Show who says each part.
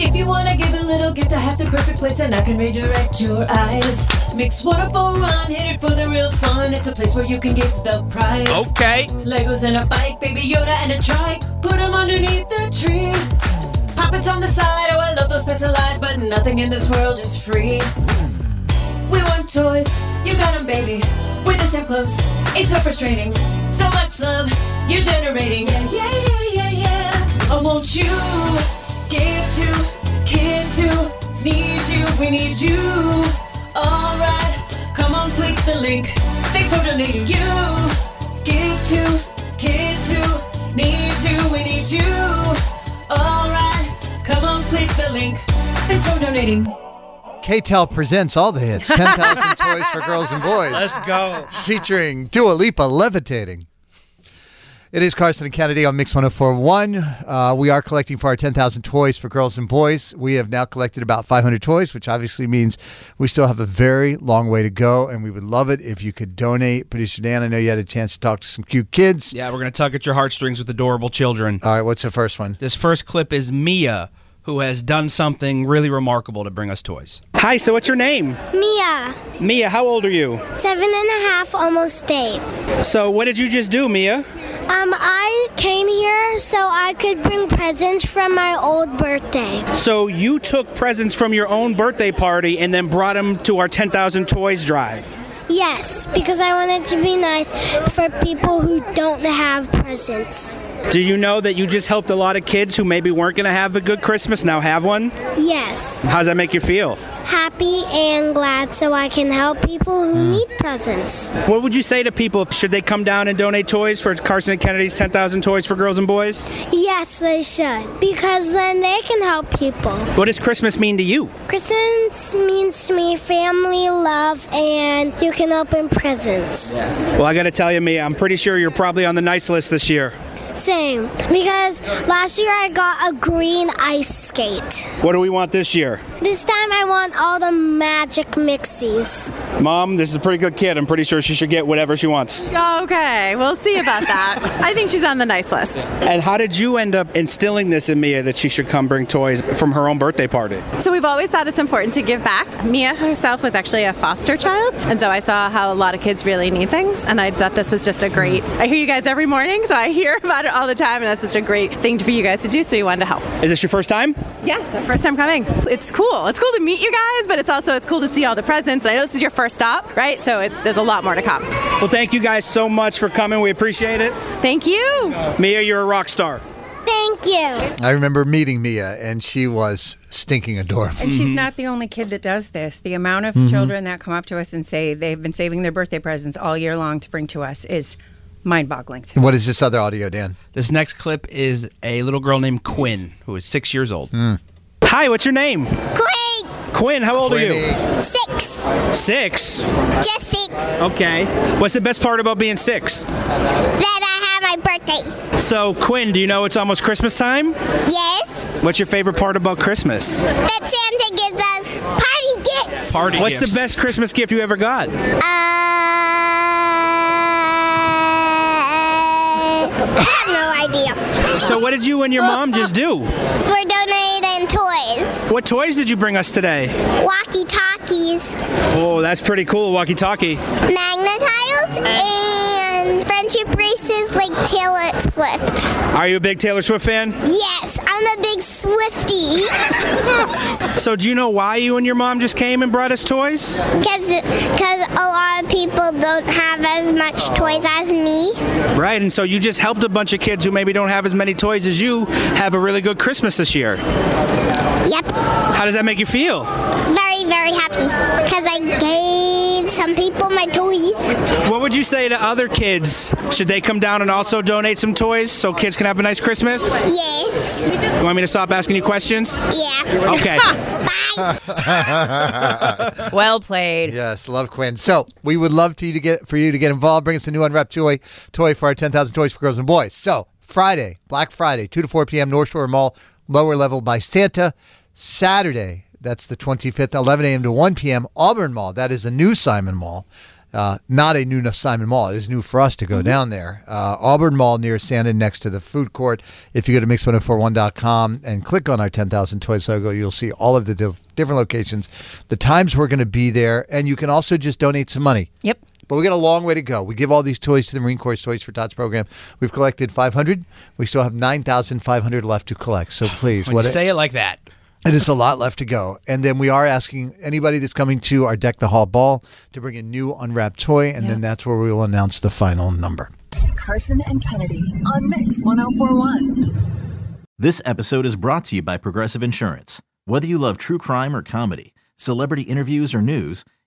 Speaker 1: If you wanna give a little gift, I have the perfect place and I can redirect your eyes. Mix water for run, hit it for the real fun. It's a place where you can give the prize.
Speaker 2: Okay.
Speaker 1: Legos and a bike, baby Yoda and a trike. Put them underneath the tree. Poppets on the side, oh I love those pets alive, but nothing in this world is free. We want toys, you got 'em, baby. We're this damn close, it's so frustrating. So much love you're generating. Yeah, yeah, yeah, yeah, yeah. Oh, won't you give to kids who need you? We need you. Alright, come on, click the link. Thanks for donating. You give to kids who need you. We need you. Alright, come on, click the link. Thanks for donating.
Speaker 3: KTEL presents all the hits 10,000 Toys for Girls and Boys. Let's
Speaker 2: go.
Speaker 3: Featuring Dua Lipa levitating. It is Carson and Kennedy on Mix 1041. Uh, we are collecting for our 10,000 toys for girls and boys. We have now collected about 500 toys, which obviously means we still have a very long way to go, and we would love it if you could donate. Producer Dan, I know you had a chance to talk to some cute kids.
Speaker 2: Yeah, we're going to tug at your heartstrings with adorable children.
Speaker 3: All right, what's the first one?
Speaker 2: This first clip is Mia, who has done something really remarkable to bring us toys. Hi, so what's your name?
Speaker 4: Mia,
Speaker 2: Mia, how old are you?
Speaker 4: seven and a half, almost eight.
Speaker 2: So, what did you just do, Mia?
Speaker 4: Um, I came here so I could bring presents from my old birthday.
Speaker 5: So you took presents from your own birthday party and then brought them to our 10,000 toys drive.
Speaker 4: Yes, because I wanted to be nice for people who don't have presents.
Speaker 5: Do you know that you just helped a lot of kids who maybe weren't going to have a good Christmas now have one?
Speaker 4: Yes,
Speaker 5: How's that make you feel?
Speaker 4: happy and glad so I can help people who need presents.
Speaker 5: What would you say to people? Should they come down and donate toys for Carson and Kennedy's 10,000 toys for girls and boys?
Speaker 4: Yes, they should, because then they can help people.
Speaker 5: What does Christmas mean to you?
Speaker 4: Christmas means to me family, love, and you can open presents.
Speaker 5: Well, I got to tell you, Mia, I'm pretty sure you're probably on the nice list this year.
Speaker 4: Same, because last year I got a green ice skate.
Speaker 5: What do we want this year?
Speaker 4: This time I want all the magic mixies.
Speaker 5: Mom, this is a pretty good kid. I'm pretty sure she should get whatever she wants.
Speaker 6: Okay, we'll see about that. I think she's on the nice list.
Speaker 5: And how did you end up instilling this in Mia that she should come bring toys from her own birthday party?
Speaker 6: So we've always thought it's important to give back. Mia herself was actually a foster child, and so I saw how a lot of kids really need things, and I thought this was just a great. I hear you guys every morning, so I hear about it all the time, and that's such a great thing for you guys to do. So we wanted to help.
Speaker 5: Is this your first time?
Speaker 6: Yes, our first time coming. It's cool. It's cool to meet you guys, but it's also it's cool to see all the presents. And I know this is your first stop, right? So it's, there's a lot more to come.
Speaker 5: Well, thank you guys so much for coming. We appreciate it.
Speaker 6: Thank you.
Speaker 5: Mia, you're a rock star.
Speaker 4: Thank you.
Speaker 3: I remember meeting Mia, and she was stinking adorable.
Speaker 7: And she's not the only kid that does this. The amount of children that come up to us and say they've been saving their birthday presents all year long to bring to us is mind boggling to me.
Speaker 3: What is this other audio, Dan?
Speaker 2: This next clip is a little girl named Quinn, who is six years old.
Speaker 5: Hi, what's your name?
Speaker 4: Great.
Speaker 5: Quinn, how old are
Speaker 4: Six.
Speaker 5: you? Six.
Speaker 4: Just six.
Speaker 5: Okay. What's the best part about being six?
Speaker 4: That I have my birthday.
Speaker 5: So, Quinn, do you know it's almost Christmas time?
Speaker 4: Yes.
Speaker 5: What's your favorite part about Christmas?
Speaker 4: That Santa gives us party gifts.
Speaker 2: Party
Speaker 5: What's
Speaker 2: gifts.
Speaker 5: the best Christmas gift you ever got?
Speaker 4: Uh, I have no idea.
Speaker 5: So, what did you and your mom just do?
Speaker 4: We're donating toys.
Speaker 5: What toys did you bring us today?
Speaker 4: Walkie talkies.
Speaker 5: Oh, that's pretty cool, walkie talkie.
Speaker 4: magnetiles and
Speaker 5: Are you a big Taylor Swift fan?
Speaker 4: Yes, I'm a big Swifty.
Speaker 5: So do you know why you and your mom just came and brought us toys?
Speaker 4: Because a lot of people don't have as much toys as me.
Speaker 5: Right, and so you just helped a bunch of kids who maybe don't have as many toys as you have a really good Christmas this year.
Speaker 4: Yep.
Speaker 5: How does that make you feel?
Speaker 4: Very, very happy. Because I gave some people my toys.
Speaker 5: What would you say to other kids? Should they come down and also donate some toys so kids can have a nice Christmas?
Speaker 4: Yes.
Speaker 5: You want me to stop asking you questions?
Speaker 4: Yeah.
Speaker 5: Okay.
Speaker 7: well played.
Speaker 3: Yes, love Quinn. So we would love to you to get for you to get involved. Bring us a new unwrapped toy toy for our ten thousand toys for girls and boys. So Friday, Black Friday, two to four p.m. North Shore Mall, lower level by Santa. Saturday, that's the twenty fifth, eleven a.m. to one p.m. Auburn Mall. That is a new Simon Mall. Uh, not a new Simon Mall. It is new for us to go down there. Uh, Auburn Mall near Santa next to the food court. If you go to mix1041.com and click on our 10,000 Toys logo, you'll see all of the diff- different locations, the times we're going to be there, and you can also just donate some money.
Speaker 7: Yep.
Speaker 3: But we got a long way to go. We give all these toys to the Marine Corps Toys for Tots program. We've collected 500. We still have 9,500 left to collect. So please,
Speaker 2: When
Speaker 3: what
Speaker 2: you say it like that.
Speaker 3: it is a lot left to go. And then we are asking anybody that's coming to our Deck the Hall ball to bring a new unwrapped toy. And then that's where we will announce the final number.
Speaker 8: Carson and Kennedy on Mix 1041.
Speaker 9: This episode is brought to you by Progressive Insurance. Whether you love true crime or comedy, celebrity interviews or news,